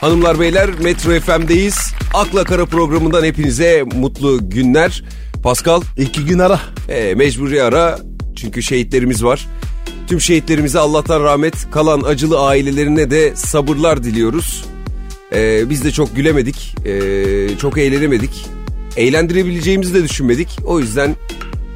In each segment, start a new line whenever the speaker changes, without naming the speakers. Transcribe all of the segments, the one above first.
Hanımlar beyler Metro FM'deyiz. Akla Kara programından hepinize mutlu günler. Pascal
İki gün ara.
e, mecburi ara çünkü şehitlerimiz var. Tüm şehitlerimize Allah'tan rahmet kalan acılı ailelerine de sabırlar diliyoruz. E, biz de çok gülemedik, e, çok eğlenemedik. Eğlendirebileceğimizi de düşünmedik. O yüzden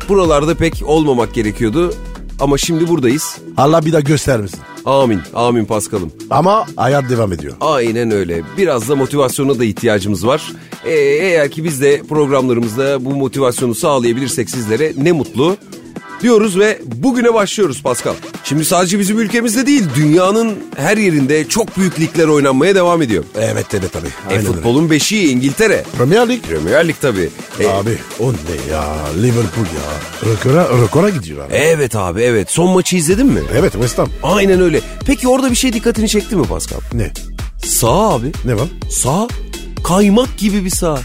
buralarda pek olmamak gerekiyordu. Ama şimdi buradayız.
Allah bir daha göstermesin.
Amin, amin Paskal'ım.
Ama hayat devam ediyor.
Aynen öyle. Biraz da motivasyona da ihtiyacımız var. Ee, eğer ki biz de programlarımızda bu motivasyonu sağlayabilirsek sizlere ne mutlu diyoruz ve bugüne başlıyoruz Pascal. Şimdi sadece bizim ülkemizde değil dünyanın her yerinde çok büyük ligler oynanmaya devam ediyor.
Evet evet tabii.
E,
Aynen öyle.
futbolun beşiği İngiltere.
Premier Lig.
Premier Lig tabii. E,
Abi o ne ya? Liverpool ya. Rekora, rekora gidiyor abi.
evet abi evet. Son maçı izledin mi?
Evet West Ham.
Aynen öyle. Peki orada bir şey dikkatini çekti mi Pascal?
Ne?
Sağ abi.
Ne var?
Sağ kaymak gibi bir sağ.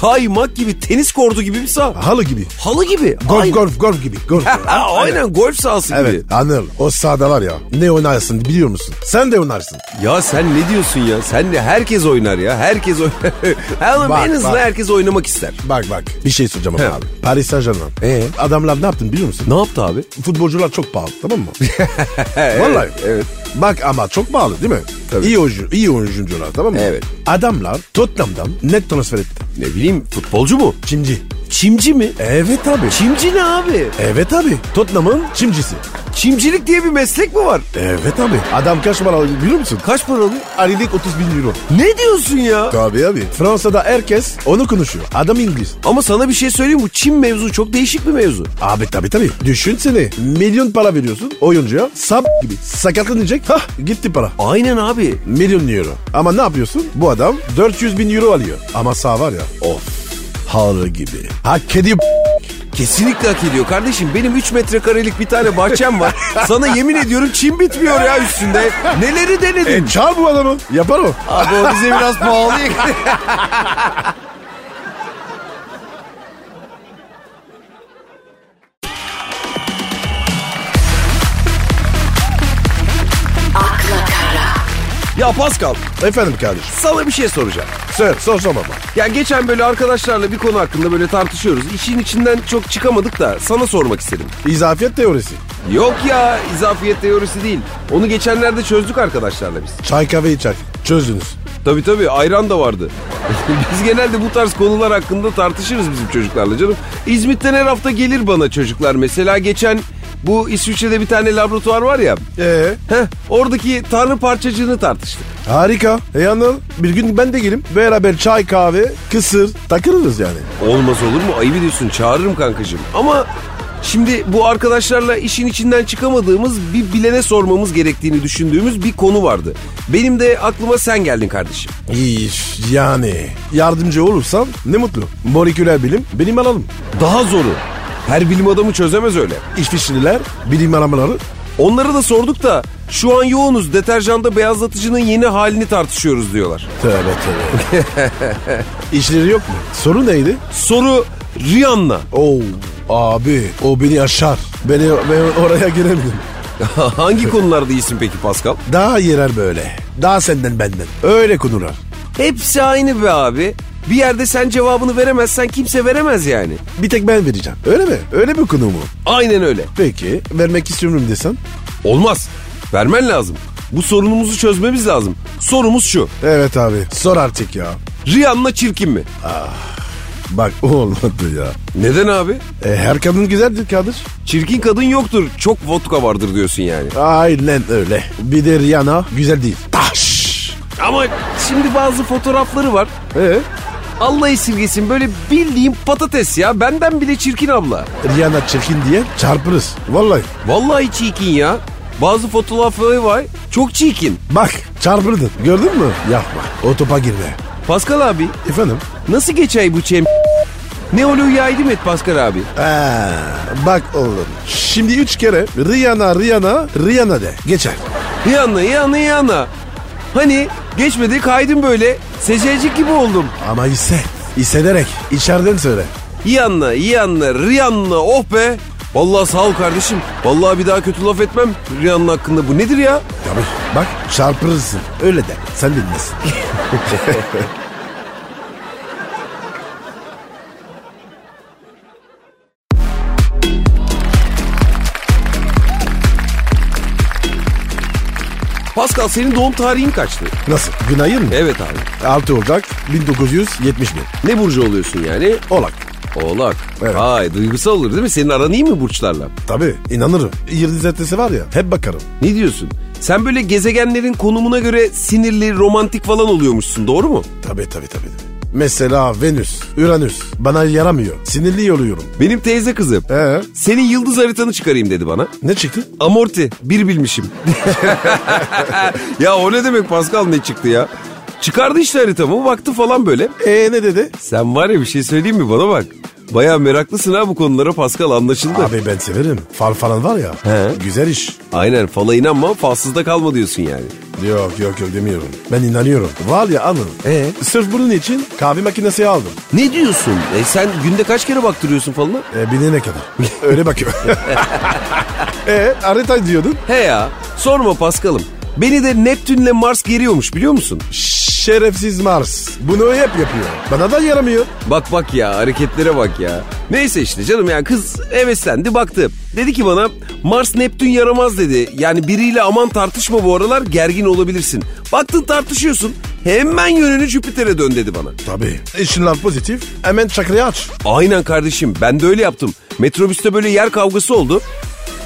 Kaymak gibi tenis kordu gibi bir sağ.
Halı gibi.
Halı gibi.
Golf
Aynen.
golf golf gibi. Golf.
Ha, Aynen golf sahası gibi.
evet Anıl o sahada var ya ne oynarsın biliyor musun? Sen de oynarsın.
Ya sen ne diyorsun ya? Sen de herkes oynar ya. Herkes oynar. Ama
Bak,
en azından
bak.
herkes oynamak ister.
Bak bak bir şey soracağım ama
He.
abi. Paris Saint Germain.
Ee?
Adamlar ne yaptın biliyor musun?
Ne yaptı abi?
Futbolcular çok pahalı tamam mı? Vallahi.
evet.
Bak ama çok pahalı değil mi?
Tabii.
İyi oyuncu, iyi oyuncular tamam mı?
Evet.
Adamlar Tottenham'dan net transfer etti.
Ne bileyim futbolcu mu?
Çimci.
Çimci mi?
Evet abi.
Çimci ne abi?
Evet abi. Tottenham'ın çimcisi.
Çimcilik diye bir meslek mi var?
Evet abi. Adam kaç para alıyor biliyor musun?
Kaç paralı?
Aylık 30 bin euro.
Ne diyorsun ya?
Tabii abi. Fransa'da herkes onu konuşuyor. Adam İngiliz.
Ama sana bir şey söyleyeyim bu Çin mevzu çok değişik bir mevzu.
Abi tabii tabii. Düşünsene. Milyon para veriyorsun oyuncuya. Sap gibi. Sakatlanacak. Hah gitti para.
Aynen abi.
Milyon euro. Ama ne yapıyorsun? Bu adam 400 bin euro alıyor. Ama sağ var ya. Of. Halı gibi. Hak ediyor.
Kesinlikle hak ediyor kardeşim. Benim 3 metrekarelik bir tane bahçem var. Sana yemin ediyorum çim bitmiyor ya üstünde. Neleri denedim.
E, çağır bu adamı. Yapar o.
Abi o bize biraz pahalı. Ya Pascal
Efendim kardeşim.
sana bir şey soracağım.
Sor, sor sor baba.
Ya geçen böyle arkadaşlarla bir konu hakkında böyle tartışıyoruz. İşin içinden çok çıkamadık da sana sormak istedim.
İzafiyet teorisi.
Yok ya izafiyet teorisi değil. Onu geçenlerde çözdük arkadaşlarla biz.
Çay kahve içer. Çözdünüz.
Tabii tabii ayran da vardı. Biz genelde bu tarz konular hakkında tartışırız bizim çocuklarla canım. İzmit'ten her hafta gelir bana çocuklar. Mesela geçen bu İsviçre'de bir tane laboratuvar var ya.
Ee,
Heh, oradaki tanrı parçacığını tartıştık.
harika. E anıl. Bir gün ben de geleyim. Beraber çay kahve, kısır takılırız yani.
Olmaz olur mu? Ayıp ediyorsun. Çağırırım kankacığım. Ama şimdi bu arkadaşlarla işin içinden çıkamadığımız bir bilene sormamız gerektiğini düşündüğümüz bir konu vardı. Benim de aklıma sen geldin kardeşim.
İş yani. Yardımcı olursan ne mutlu. Moleküler bilim bilim alalım.
Daha zoru. Her bilim adamı çözemez öyle.
İsviçreliler bilim aramaları.
Onlara da sorduk da şu an yoğunuz deterjanda beyazlatıcının yeni halini tartışıyoruz diyorlar.
Tövbe tövbe. İşleri yok mu? Soru neydi?
Soru Rihanna.
Oo abi o beni aşar. Beni, ben oraya giremedim.
Hangi konularda iyisin peki Pascal?
Daha yerer böyle. Daha senden benden. Öyle konular.
Hepsi aynı be abi. Bir yerde sen cevabını veremezsen kimse veremez yani.
Bir tek ben vereceğim. Öyle mi? Öyle mi konu mu?
Aynen öyle.
Peki vermek istiyorum desem?
Olmaz. Vermen lazım. Bu sorunumuzu çözmemiz lazım. Sorumuz şu.
Evet abi. Sor artık ya.
Rihanna çirkin mi?
Bak o olmadı ya.
Neden abi?
E, her kadın güzeldir Kadir.
Çirkin kadın yoktur. Çok vodka vardır diyorsun yani.
Aynen öyle. Bir de Rihanna güzel değil. Taş.
Ama şimdi bazı fotoğrafları var.
Ee?
Allah esirgesin böyle bildiğin patates ya. Benden bile çirkin abla.
Rihanna çirkin diye çarpırız. Vallahi.
Vallahi çirkin ya. Bazı fotoğrafları var. Çok çirkin.
Bak çarpırdın. Gördün mü? Yapma. O topa girme.
Pascal abi
Efendim?
nasıl geçey bu çem... Ne oluyor yaydım et Pascal abi.
Ee, bak oğlum. Şimdi üç kere Rihanna, Rihanna, Rihanna de. Geçer.
Yana yana yana. Hani geçmedi kaydım böyle. Sececik gibi oldum.
Ama hisset. Hissederek. içeriden söyle.
Yanla yanla riyanla oh be. Vallahi sağ ol kardeşim. Vallahi bir daha kötü laf etmem Rihanna'nın hakkında. Bu nedir ya?
Tabii. Bak çarpırırsın. Öyle de. Sen bilmesin.
Pascal senin doğum tarihin kaçtı?
Nasıl? Günayır mı?
Evet abi.
6 Ocak 1971.
Ne burcu oluyorsun yani?
Olak.
Oğlak.
Evet.
Ay duygusal olur değil mi? Senin aran iyi mi burçlarla?
Tabii inanırım. Yıldız etesi var ya hep bakarım.
Ne diyorsun? Sen böyle gezegenlerin konumuna göre sinirli, romantik falan oluyormuşsun doğru mu?
Tabii tabii tabii. Mesela Venüs, Uranüs bana yaramıyor. Sinirli oluyorum.
Benim teyze kızım.
Ee?
Senin yıldız haritanı çıkarayım dedi bana.
Ne çıktı?
Amorti bir bilmişim. ya o ne demek Pascal ne çıktı ya? Çıkardı işte haritamı baktı falan böyle.
Ee ne dedi?
Sen var ya bir şey söyleyeyim mi bana bak. Baya meraklısın ha bu konulara Pascal anlaşıldı.
Abi ben severim. Fal falan var ya.
He.
Güzel iş.
Aynen fala inanma falsızda kalma diyorsun yani.
Yok yok yok demiyorum. Ben inanıyorum. Var ya anın.
Ee?
Sırf bunun için kahve makinesi aldım.
Ne diyorsun? E sen günde kaç kere baktırıyorsun falına?
Ee, bilene kadar. Öyle bakıyorum. ee harita diyordun.
He ya sorma Paskal'ım. Beni de Neptün'le Mars geriyormuş biliyor musun?
Şerefsiz Mars. Bunu hep yapıyor. Bana da yaramıyor.
Bak bak ya hareketlere bak ya. Neyse işte canım ya kız heveslendi baktı. Dedi ki bana Mars Neptün yaramaz dedi. Yani biriyle aman tartışma bu aralar gergin olabilirsin. Baktın tartışıyorsun hemen yönünü Jüpiter'e dön dedi bana.
Tabii. İşin laf pozitif. Hemen çakrayı aç.
Aynen kardeşim ben de öyle yaptım. Metrobüste böyle yer kavgası oldu.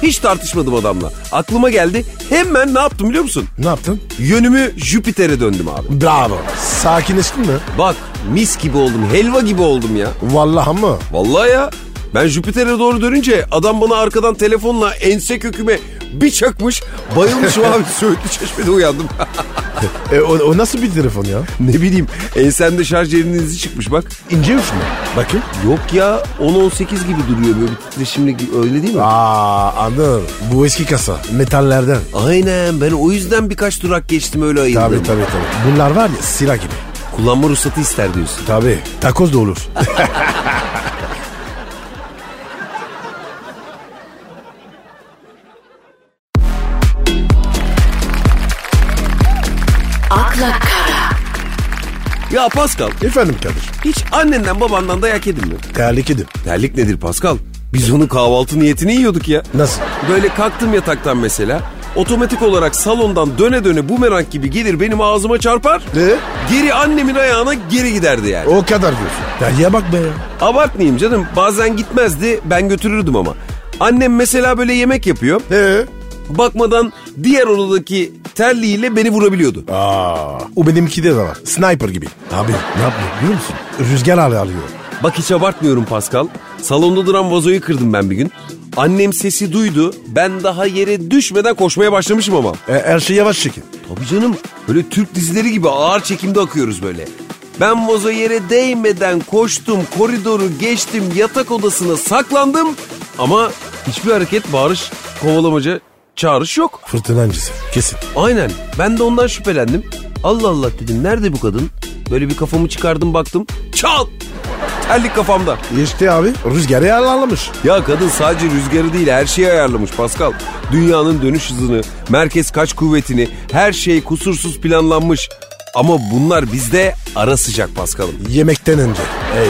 Hiç tartışmadım adamla. Aklıma geldi hemen ne yaptım biliyor musun?
Ne yaptın?
Yönümü Jüpiter'e döndüm abi.
Bravo. Sakinleştin mi?
Bak mis gibi oldum helva gibi oldum ya.
Vallahi mı?
Vallahi ya. Ben Jüpiter'e doğru dönünce adam bana arkadan telefonla ense köküme bir çakmış. Bayılmışım abi Söğütlü Çeşme'de uyandım.
E, o, o nasıl bir telefon ya?
ne bileyim ensemde şarj yerinin izi çıkmış bak.
İnce üç mü? Bakayım.
Yok ya 10-18 gibi duruyor böyle bir titreşimle öyle değil mi?
Aa anladım. Bu eski kasa. Metallerden.
Aynen ben o yüzden birkaç durak geçtim öyle ayıldım.
Tabii tabii tabii. Bunlar var ya silah gibi.
Kullanma ruhsatı ister diyorsun.
Tabii. Takoz da olur.
akla kara,
Ya Pascal
Efendim Kadir.
hiç annenden babandan dayak yedin mi?
Tehlikedir.
Terlik nedir Pascal? Biz onu kahvaltı niyetine yiyorduk ya.
Nasıl?
Böyle kalktım yataktan mesela. Otomatik olarak salondan döne döne bumerang gibi gelir benim ağzıma çarpar.
Ne?
Geri annemin ayağına geri giderdi yani.
O kadar diyorsun. Terliğe bak be ya.
Abartmayayım canım bazen gitmezdi ben götürürdüm ama. Annem mesela böyle yemek yapıyor.
Ee?
Bakmadan diğer odadaki terliğiyle beni vurabiliyordu.
Aa. O benimki de var. Sniper gibi. Tabii. Ne yapıyor biliyor musun? Rüzgar hali alıyor.
Bak hiç abartmıyorum Pascal. Salonda duran vazoyu kırdım ben bir gün. Annem sesi duydu. Ben daha yere düşmeden koşmaya başlamışım ama.
E, her şey yavaş çekin.
Tabii canım. Böyle Türk dizileri gibi ağır çekimde akıyoruz böyle. Ben vazo yere değmeden koştum, koridoru geçtim, yatak odasına saklandım. Ama hiçbir hareket, bağırış, kovalamaca, çağrış yok.
Fırtınancısı. Kesin.
Aynen. Ben de ondan şüphelendim. Allah Allah dedim. Nerede bu kadın? Böyle bir kafamı çıkardım baktım. Çal! Terlik kafamda.
İşte abi rüzgarı ayarlamış.
Ya kadın sadece rüzgarı değil her şeyi ayarlamış Pascal. Dünyanın dönüş hızını, merkez kaç kuvvetini, her şey kusursuz planlanmış. Ama bunlar bizde ara sıcak Pascal'ım.
Yemekten önce. Ey.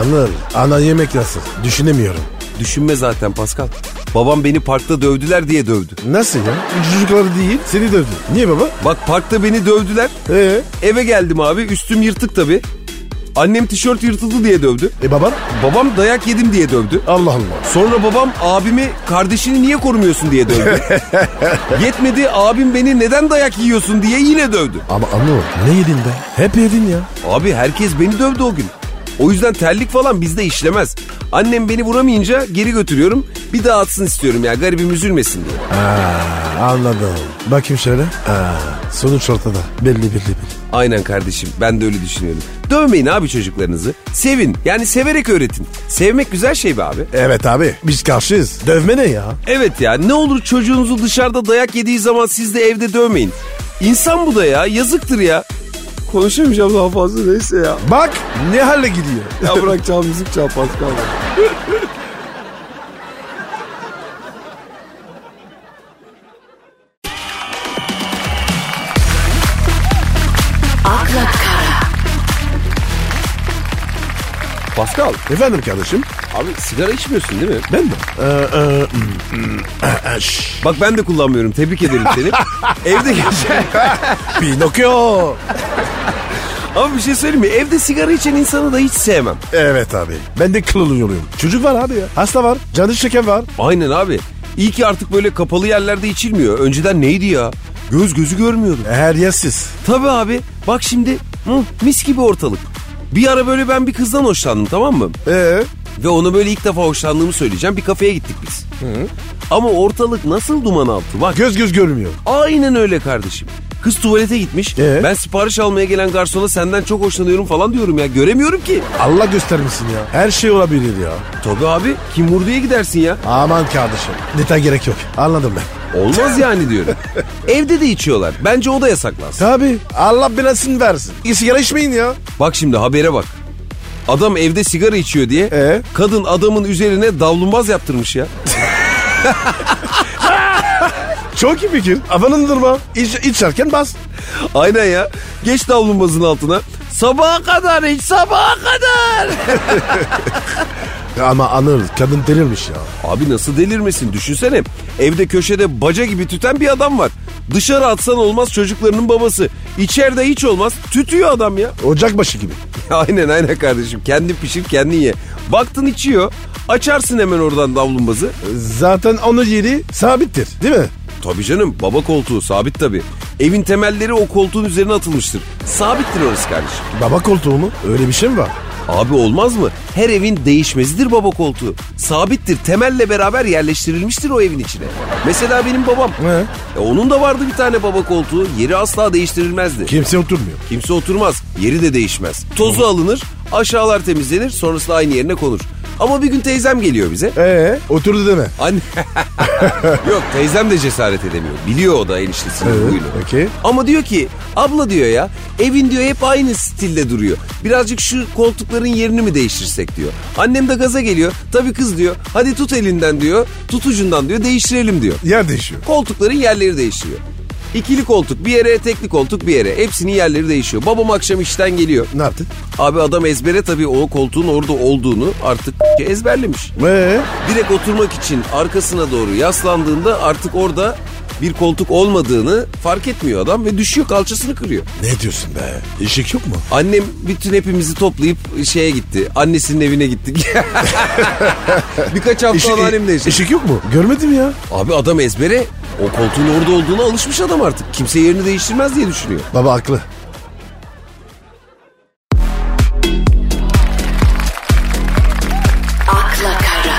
Anıl. Ana yemek nasıl? Düşünemiyorum.
Düşünme zaten Pascal. Babam beni parkta dövdüler diye dövdü.
Nasıl ya? Çocukları değil seni dövdü. Niye baba?
Bak parkta beni dövdüler.
Ee,
Eve geldim abi üstüm yırtık tabii. Annem tişört yırtıldı diye dövdü.
e baban?
Babam dayak yedim diye dövdü.
Allah Allah.
Sonra babam abimi kardeşini niye korumuyorsun diye dövdü. Yetmedi abim beni neden dayak yiyorsun diye yine dövdü.
Ama Anıl ne yedin be? Hep yedin ya.
Abi herkes beni dövdü o gün. O yüzden terlik falan bizde işlemez. Annem beni vuramayınca geri götürüyorum. Bir daha atsın istiyorum ya garibim üzülmesin diye.
Aa, anladım. Bakayım şöyle. Aa, sonuç ortada. Belli belli belli.
Aynen kardeşim ben de öyle düşünüyorum. Dövmeyin abi çocuklarınızı. Sevin yani severek öğretin. Sevmek güzel şey be abi.
Evet abi biz karşıyız. Dövme ne ya?
Evet ya ne olur çocuğunuzu dışarıda dayak yediği zaman siz de evde dövmeyin. İnsan bu da ya yazıktır ya. Konuşamayacağım daha fazla neyse ya.
Bak ne hale gidiyor.
Ya bırak çal müzik çal Pascal. Pascal
Efendim kardeşim.
abi sigara içmiyorsun değil mi?
Ben mi? Ee, e, hmm, hmm, eh, eh, şşş.
Bak ben de kullanmıyorum. Tebrik ederim seni. Evde geçen...
Pinokyo.
Ama bir şey söyleyeyim mi? Evde sigara içen insanı da hiç sevmem.
Evet abi. Ben de kılılıyorum. Çocuk var abi ya. Hasta var. Canı şeker var.
Aynen abi. İyi ki artık böyle kapalı yerlerde içilmiyor. Önceden neydi ya? Göz gözü görmüyordu.
E, Her yersiz.
Tabii abi. Bak şimdi hı, mis gibi ortalık. Bir ara böyle ben bir kızdan hoşlandım tamam mı?
Ee,
Ve ona böyle ilk defa hoşlandığımı söyleyeceğim. Bir kafeye gittik biz. Ama ortalık nasıl duman altı bak.
göz göz görmüyor.
Aynen öyle kardeşim. Kız tuvalete gitmiş.
Ee?
Ben sipariş almaya gelen garsona senden çok hoşlanıyorum falan diyorum ya. Göremiyorum ki.
Allah göstermesin ya. Her şey olabilir ya.
Tabii abi kim vurduya gidersin ya.
Aman kardeşim. Detay gerek yok. Anladım ben.
Olmaz yani diyorum. Evde de içiyorlar. Bence o da yasaklansın.
Tabi. Allah belasını versin. E, sigara içmeyin ya.
Bak şimdi habere bak. Adam evde sigara içiyor diye
Ee?
kadın adamın üzerine davlumbaz yaptırmış ya.
Çok iyi fikir. Afanın durma. İç, içerken bas.
Aynen ya. Geç davlumbazın altına. Sabaha kadar iç sabaha kadar.
Ama anır. Kadın delirmiş ya.
Abi nasıl delirmesin düşünsene. Evde köşede baca gibi tüten bir adam var. Dışarı atsan olmaz çocuklarının babası. İçeride hiç olmaz tütüyor adam ya.
Ocak başı gibi.
aynen aynen kardeşim kendi pişir kendin ye. Baktın içiyor açarsın hemen oradan davlumbazı.
E,
E,
Zaten onun yeri sabittir. Değil mi?
Tabii canım baba koltuğu sabit tabii. Evin temelleri o koltuğun üzerine atılmıştır. Sabittir orası kardeşim.
Baba koltuğu mu? Öyle bir şey mi var?
Abi olmaz mı? Her evin değişmezidir baba koltuğu. Sabittir. Temelle beraber yerleştirilmiştir o evin içine. Mesela benim babam.
He.
E, onun da vardı bir tane baba koltuğu. Yeri asla değiştirilmezdi.
Kimse oturmuyor.
Kimse oturmaz. Yeri de değişmez. Tozu alınır. Aşağılar temizlenir. Sonrasında aynı yerine konur. Ama bir gün teyzem geliyor bize.
Ee, oturdu deme.
Anne. Yok teyzem de cesaret edemiyor. Biliyor o da eniştesinin
Evet,
huyunu.
okey.
Ama diyor ki abla diyor ya evin diyor hep aynı stilde duruyor. Birazcık şu koltukların yerini mi değiştirsek diyor. Annem de gaza geliyor. Tabii kız diyor hadi tut elinden diyor. Tut ucundan diyor değiştirelim diyor.
Yer değişiyor.
Koltukların yerleri değişiyor. İkili koltuk bir yere, tekli koltuk bir yere. Hepsinin yerleri değişiyor. Babam akşam işten geliyor.
Ne yaptın?
Abi adam ezbere tabii o koltuğun orada olduğunu artık ezberlemiş.
Ee,
Direkt oturmak için arkasına doğru yaslandığında artık orada bir koltuk olmadığını fark etmiyor adam ve düşüyor kalçasını kırıyor.
ne diyorsun be? Işık yok mu?
Annem bütün hepimizi toplayıp şeye gitti. Annesinin evine gittik. Birkaç hafta anneannemle yaşadık.
e, ışık yok mu? Görmedim ya.
Abi adam ezbere o koltuğun orada olduğuna alışmış adam artık. Kimse yerini değiştirmez diye düşünüyor.
Baba haklı.
akla kara,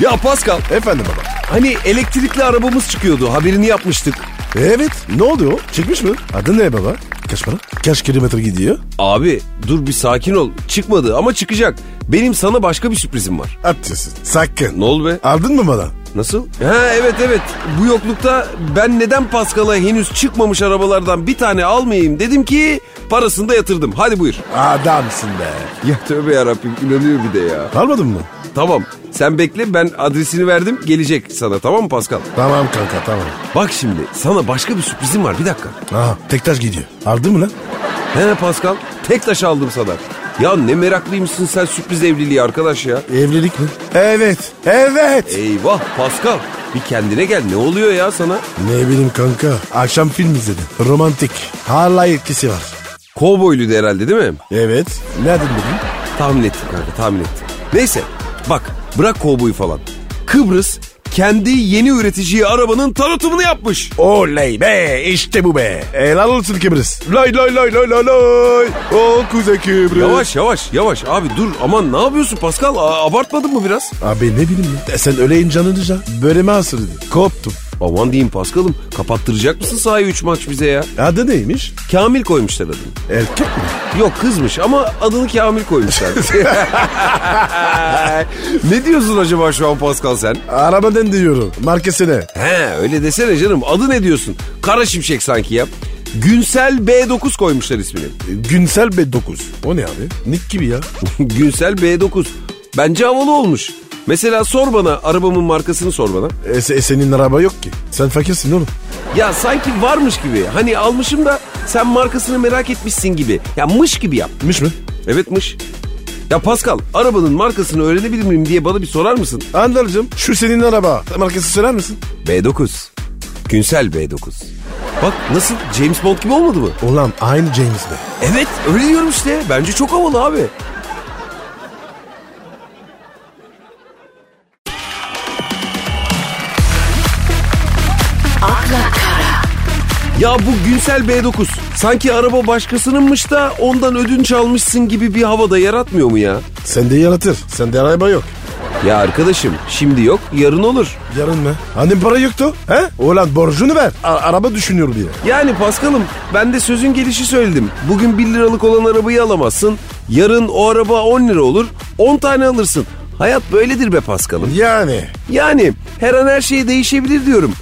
Ya Pascal
Efendim baba.
hani elektrikli arabamız çıkıyordu haberini yapmıştık.
E, Evet. Ne oldu o? Çıkmış mı? Adı ne baba? Kaç para? Kaç kilometre gidiyor?
Abi dur bir sakin ol çıkmadı ama çıkacak. Benim sana başka bir sürprizim var.
Atıyorsun. Sakın.
Ne oldu be?
Aldın mı bana?
Nasıl? Ha evet evet. Bu yoklukta ben neden Pascal'a henüz çıkmamış arabalardan bir tane almayayım dedim ki parasını da yatırdım. Hadi buyur.
Adamsın be.
Ya tövbe yarabbim inanıyor bir de ya.
Almadın mı?
Tamam sen bekle ben adresini verdim gelecek sana tamam mı Pascal?
Tamam kanka tamam.
Bak şimdi sana başka bir sürprizim var bir dakika.
Aha tektaş gidiyor. Aldın mı lan?
He Pascal tek taş aldım sana. Ya ne meraklıymışsın sen sürpriz evliliği arkadaş ya.
Evlilik mi? Evet. Evet.
Eyvah Pascal bir kendine gel ne oluyor ya sana?
Ne bileyim kanka. Akşam film izledim. Romantik. Hala etkisi var.
Kovboyluydu herhalde değil mi?
Evet. Nereden bildin?
Tahmin ettim kanka tahmin ettim. Neyse bak bırak kovboyu falan. Kıbrıs kendi yeni üreticiyi arabanın tanıtımını yapmış.
Oley be işte bu be. Helal olsun Kıbrıs. Lay lay lay lay lay lay. O kuzey Kıbrıs.
Yavaş yavaş yavaş abi dur aman ne yapıyorsun Pascal A- abartmadın mı biraz?
Abi ne bileyim ya. E sen öleyin canını can. Böyle mi asırdı? Koptum.
Aman diyeyim Pascal'ım kapattıracak mısın sahayı 3 maç bize ya?
Adı neymiş?
Kamil koymuşlar adını.
Erkek mi?
Yok kızmış ama adını Kamil koymuşlar. ne diyorsun acaba şu an Pascal sen?
Arabadan diyorum. Markesine.
He öyle desene canım adı ne diyorsun? Kara Şimşek sanki ya. Günsel B9 koymuşlar ismini.
Günsel B9. O ne abi? Nick gibi ya.
Günsel B9. Bence havalı olmuş. Mesela sor bana arabamın markasını sor bana.
E, se- senin araba yok ki. Sen fakirsin oğlum.
Ya sanki varmış gibi. Hani almışım da sen markasını merak etmişsin gibi. Ya mış gibi yap.
Miş mi?
Evet mış. Ya Pascal arabanın markasını öğrenebilir miyim diye bana bir sorar mısın?
Andalcığım şu senin araba markası söyler misin?
B9. Günsel B9. Bak nasıl James Bond gibi olmadı mı?
Ulan aynı James Bond.
Evet öyle diyorum işte. Bence çok havalı abi. Ya bu Günsel B9 sanki araba başkasınınmış da ondan ödünç almışsın gibi bir havada yaratmıyor mu ya?
Sende yaratır. Sende araba yok.
Ya arkadaşım şimdi yok yarın olur.
Yarın mı? Annem para yoktu. He? Ulan borcunu ver. A- araba düşünüyor bile.
Yani Paskal'ım ben de sözün gelişi söyledim. Bugün 1 liralık olan arabayı alamazsın. Yarın o araba 10 lira olur. 10 tane alırsın. Hayat böyledir be Paskal'ım.
Yani.
Yani her an her şey değişebilir diyorum.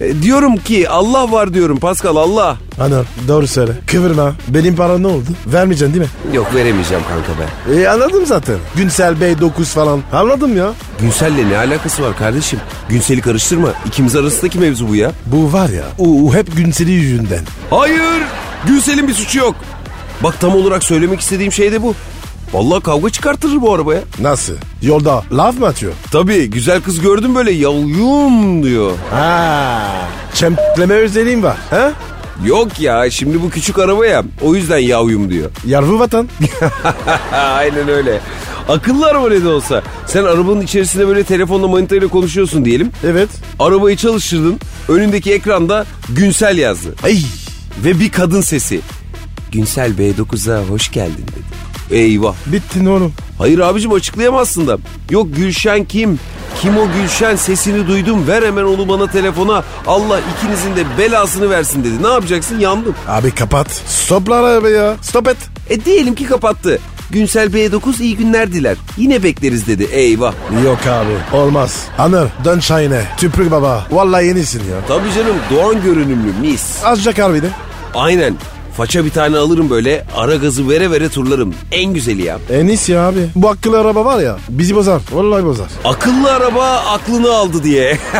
E, diyorum ki Allah var diyorum Paskal Allah.
Ana doğru söyle. Kıvırma. Benim para ne oldu? Vermeyeceksin değil mi?
Yok veremeyeceğim kanka ben.
E anladım zaten. Günsel Bey 9 falan. Anladım ya.
Günsel'le ne alakası var kardeşim? Günsel'i karıştırma. İkimiz arasındaki mevzu bu ya.
Bu var ya. O hep Günsel'i yüzünden.
Hayır! Günsel'in bir suçu yok. Bak tam olarak söylemek istediğim şey de bu. Vallahi kavga çıkartırır bu arabaya.
Nasıl? Yolda laf mı atıyor?
Tabii güzel kız gördüm böyle yalyum diyor.
Ha. Çempleme özelliğim var. He?
Yok ya şimdi bu küçük araba ya o yüzden yavyum diyor.
Yarvı vatan.
Aynen öyle. Akıllı araba ne de olsa. Sen arabanın içerisinde böyle telefonla manitayla konuşuyorsun diyelim.
evet.
Arabayı çalıştırdın. Önündeki ekranda Günsel yazdı.
Ay.
Ve bir kadın sesi. Günsel B9'a hoş geldin dedi. Eyvah.
Bittin oğlum.
Hayır abicim açıklayamazsın da. Yok Gülşen kim? Kim o Gülşen sesini duydum ver hemen onu bana telefona. Allah ikinizin de belasını versin dedi. Ne yapacaksın yandım.
Abi kapat. Stopla arabayı ya. Stop et.
E diyelim ki kapattı. Günsel B9 iyi günler diler. Yine bekleriz dedi. Eyvah.
Yok abi. Olmaz. Anır dön çayına. Tüprük baba. Vallahi yenisin ya.
Tabii canım doğan görünümlü mis.
Azıcık harbiden.
Aynen. Faça bir tane alırım böyle ara gazı vere vere turlarım. En güzeli ya.
En iyisi ya abi. Bu akıllı araba var ya. Bizi bozar. Vallahi bozar.
Akıllı araba aklını aldı diye.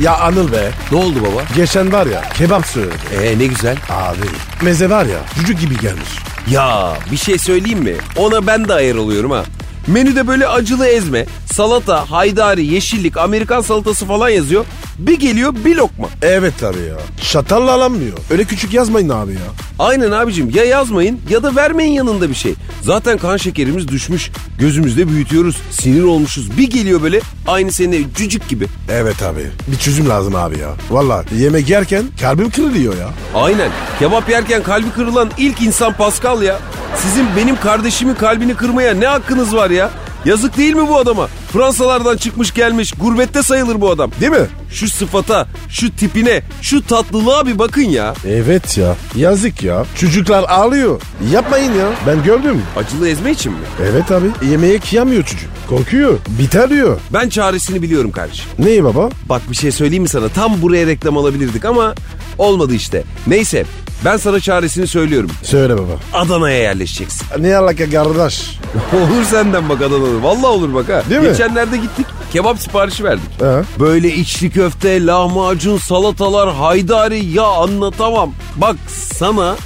Ya Anıl be.
ne oldu baba?
Geçen var ya. Kebap söyledi.
Ee ne güzel.
Abi. Meze var ya. Cücük gibi gelmiş.
Ya bir şey söyleyeyim mi? Ona ben de ayar oluyorum ha. Menüde böyle acılı ezme, salata, haydari, yeşillik, Amerikan salatası falan yazıyor. Bir geliyor bir lokma.
Evet tabii ya. Çatalla alamıyor. Öyle küçük yazmayın abi ya.
Aynen abicim ya yazmayın ya da vermeyin yanında bir şey. Zaten kan şekerimiz düşmüş. Gözümüzde büyütüyoruz. Sinir olmuşuz. Bir geliyor böyle aynı senin cücük gibi.
Evet abi. Bir çözüm lazım abi ya. Vallahi yemek yerken kalbim kırılıyor ya.
Aynen. Kebap yerken kalbi kırılan ilk insan Pascal ya. Sizin benim kardeşimin kalbini kırmaya ne hakkınız var ya? Yazık değil mi bu adama? Fransalardan çıkmış gelmiş gurbette sayılır bu adam.
Değil mi?
Şu sıfata, şu tipine, şu tatlılığa bir bakın ya.
Evet ya. Yazık ya. Çocuklar ağlıyor. Yapmayın ya. Ben gördüm.
Acılı ezme için mi?
Evet abi. Yemeğe kıyamıyor çocuk. Korkuyor. Biter diyor.
Ben çaresini biliyorum kardeşim.
Neyi baba?
Bak bir şey söyleyeyim mi sana? Tam buraya reklam alabilirdik ama olmadı işte. Neyse ben sana çaresini söylüyorum.
Söyle baba.
Adana'ya yerleşeceksin.
Ne alaka kardeş?
Olur senden bak Adana'da. Vallahi olur bak ha.
Değil mi?
Geçenlerde gittik. Kebap siparişi verdik.
He.
Böyle içli köfte, lahmacun, salatalar, haydari ya anlatamam. Bak sana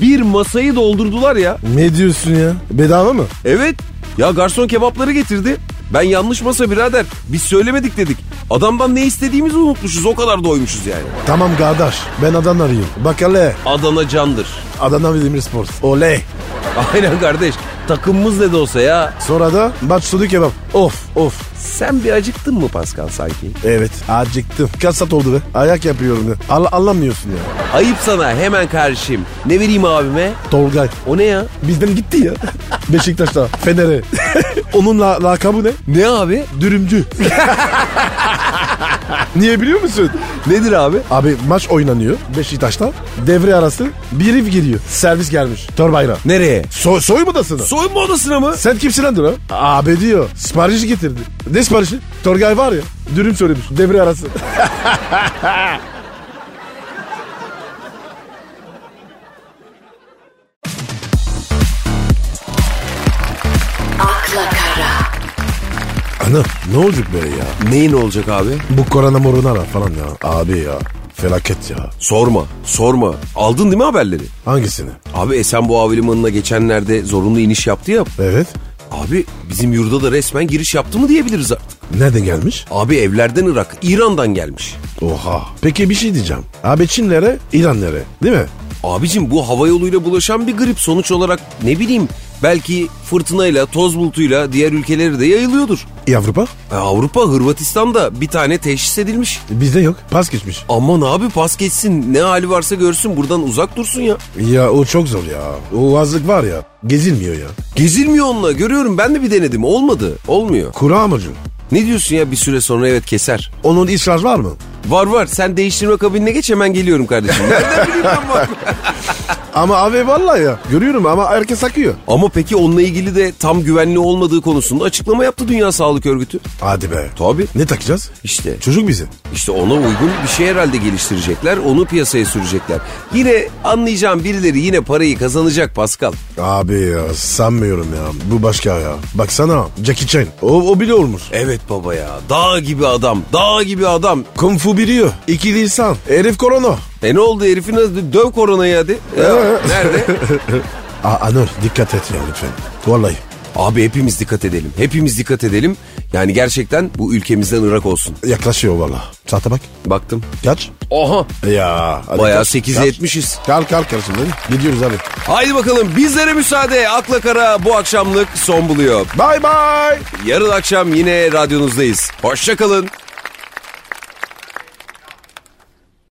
bir masayı doldurdular ya.
Ne diyorsun ya? Bedava mı?
Evet. Ya garson kebapları getirdi. Ben yanlış masa birader. Biz söylemedik dedik. Adamdan ne istediğimizi unutmuşuz. O kadar doymuşuz yani.
Tamam kardeş. Ben Adana arayayım. Bak hele.
Adana candır.
Adana Demirspor. Oley.
Aynen kardeş. Takımımız ne de olsa ya.
Sonra da maç sonu kebap. Of of.
Sen bir acıktın mı Pascal sanki?
Evet acıktım. Kaç saat oldu be? Ayak yapıyorum. ya. Al anlamıyorsun ya.
Ayıp sana hemen karşım. Ne vereyim abime?
Tolgay.
O ne ya?
Bizden gitti ya. Beşiktaş'ta. Fener'e. Onun la- lakabı ne?
Ne abi?
Dürümcü. Niye biliyor musun?
Nedir abi?
Abi maç oynanıyor Beşiktaş'ta. Devre arası biri geliyor. Servis gelmiş. Torbayla.
Nereye?
So soyma odasına.
Soyunma odasına mı?
Sen kimsin lan diyor? Abi diyor. Sipariş getirdi. Ne siparişi? Torgay var ya. Dürüm söylemiş. Devre arası. Anam ne olacak böyle ya?
Neyin olacak abi?
Bu korona morona falan ya. Abi ya felaket ya.
Sorma, sorma. Aldın değil mi haberleri?
Hangisini?
Abi Esenboğa Havalimanı'na geçenlerde zorunlu iniş yaptı ya.
Evet.
Abi bizim yurda da resmen giriş yaptı mı diyebiliriz artık.
Nereden gelmiş?
Abi evlerden Irak, İran'dan gelmiş.
Oha. Peki bir şey diyeceğim. Abi Çin nere? İran nere? Değil mi?
Abicim bu hava yoluyla bulaşan bir grip sonuç olarak ne bileyim belki fırtınayla, toz bulutuyla diğer ülkelere de yayılıyordur.
E Avrupa?
E, Avrupa, Hırvatistan'da bir tane teşhis edilmiş.
Bizde yok. Pas geçmiş.
Aman abi pas geçsin ne hali varsa görsün buradan uzak dursun ya.
Ya o çok zor ya. O azlık var ya. Gezilmiyor ya.
Gezilmiyor onunla görüyorum ben de bir denedim olmadı olmuyor.
Kura amacın.
Ne diyorsun ya bir süre sonra evet keser.
Onun ısrar var mı?
Var var sen değiştirme kabinine geç hemen geliyorum kardeşim. Nereden bileyim ben bak.
Ama abi vallahi ya. Görüyorum ama herkes akıyor.
Ama peki onunla ilgili de tam güvenli olmadığı konusunda açıklama yaptı Dünya Sağlık Örgütü.
Hadi be.
Tabii.
Ne takacağız?
İşte
Çocuk bizi.
İşte ona uygun bir şey herhalde geliştirecekler. Onu piyasaya sürecekler. Yine anlayacağım birileri yine parayı kazanacak Pascal.
Abi ya sanmıyorum ya. Bu başka ya. Baksana Jackie Chan. O, o bile olmuş.
Evet baba ya. Dağ gibi adam. Dağ gibi adam.
Kung Fu biliyor. İkili insan. Herif korona.
E ne oldu herifin adı? Döv koronayı hadi. Ya, nerede?
Aa, Anıl dikkat et ya lütfen. Vallahi.
Abi hepimiz dikkat edelim. Hepimiz dikkat edelim. Yani gerçekten bu ülkemizden ırak olsun.
Yaklaşıyor valla. Saate bak.
Baktım.
Kaç?
Oha.
Ya. hadi
Bayağı
kalk,
8'e
kalk.
70'iz.
Kalk kalk kalk şimdi. Gidiyoruz abi.
Haydi bakalım bizlere müsaade. Akla Kara bu akşamlık son buluyor.
Bye bye.
Yarın akşam yine radyonuzdayız. Hoşçakalın.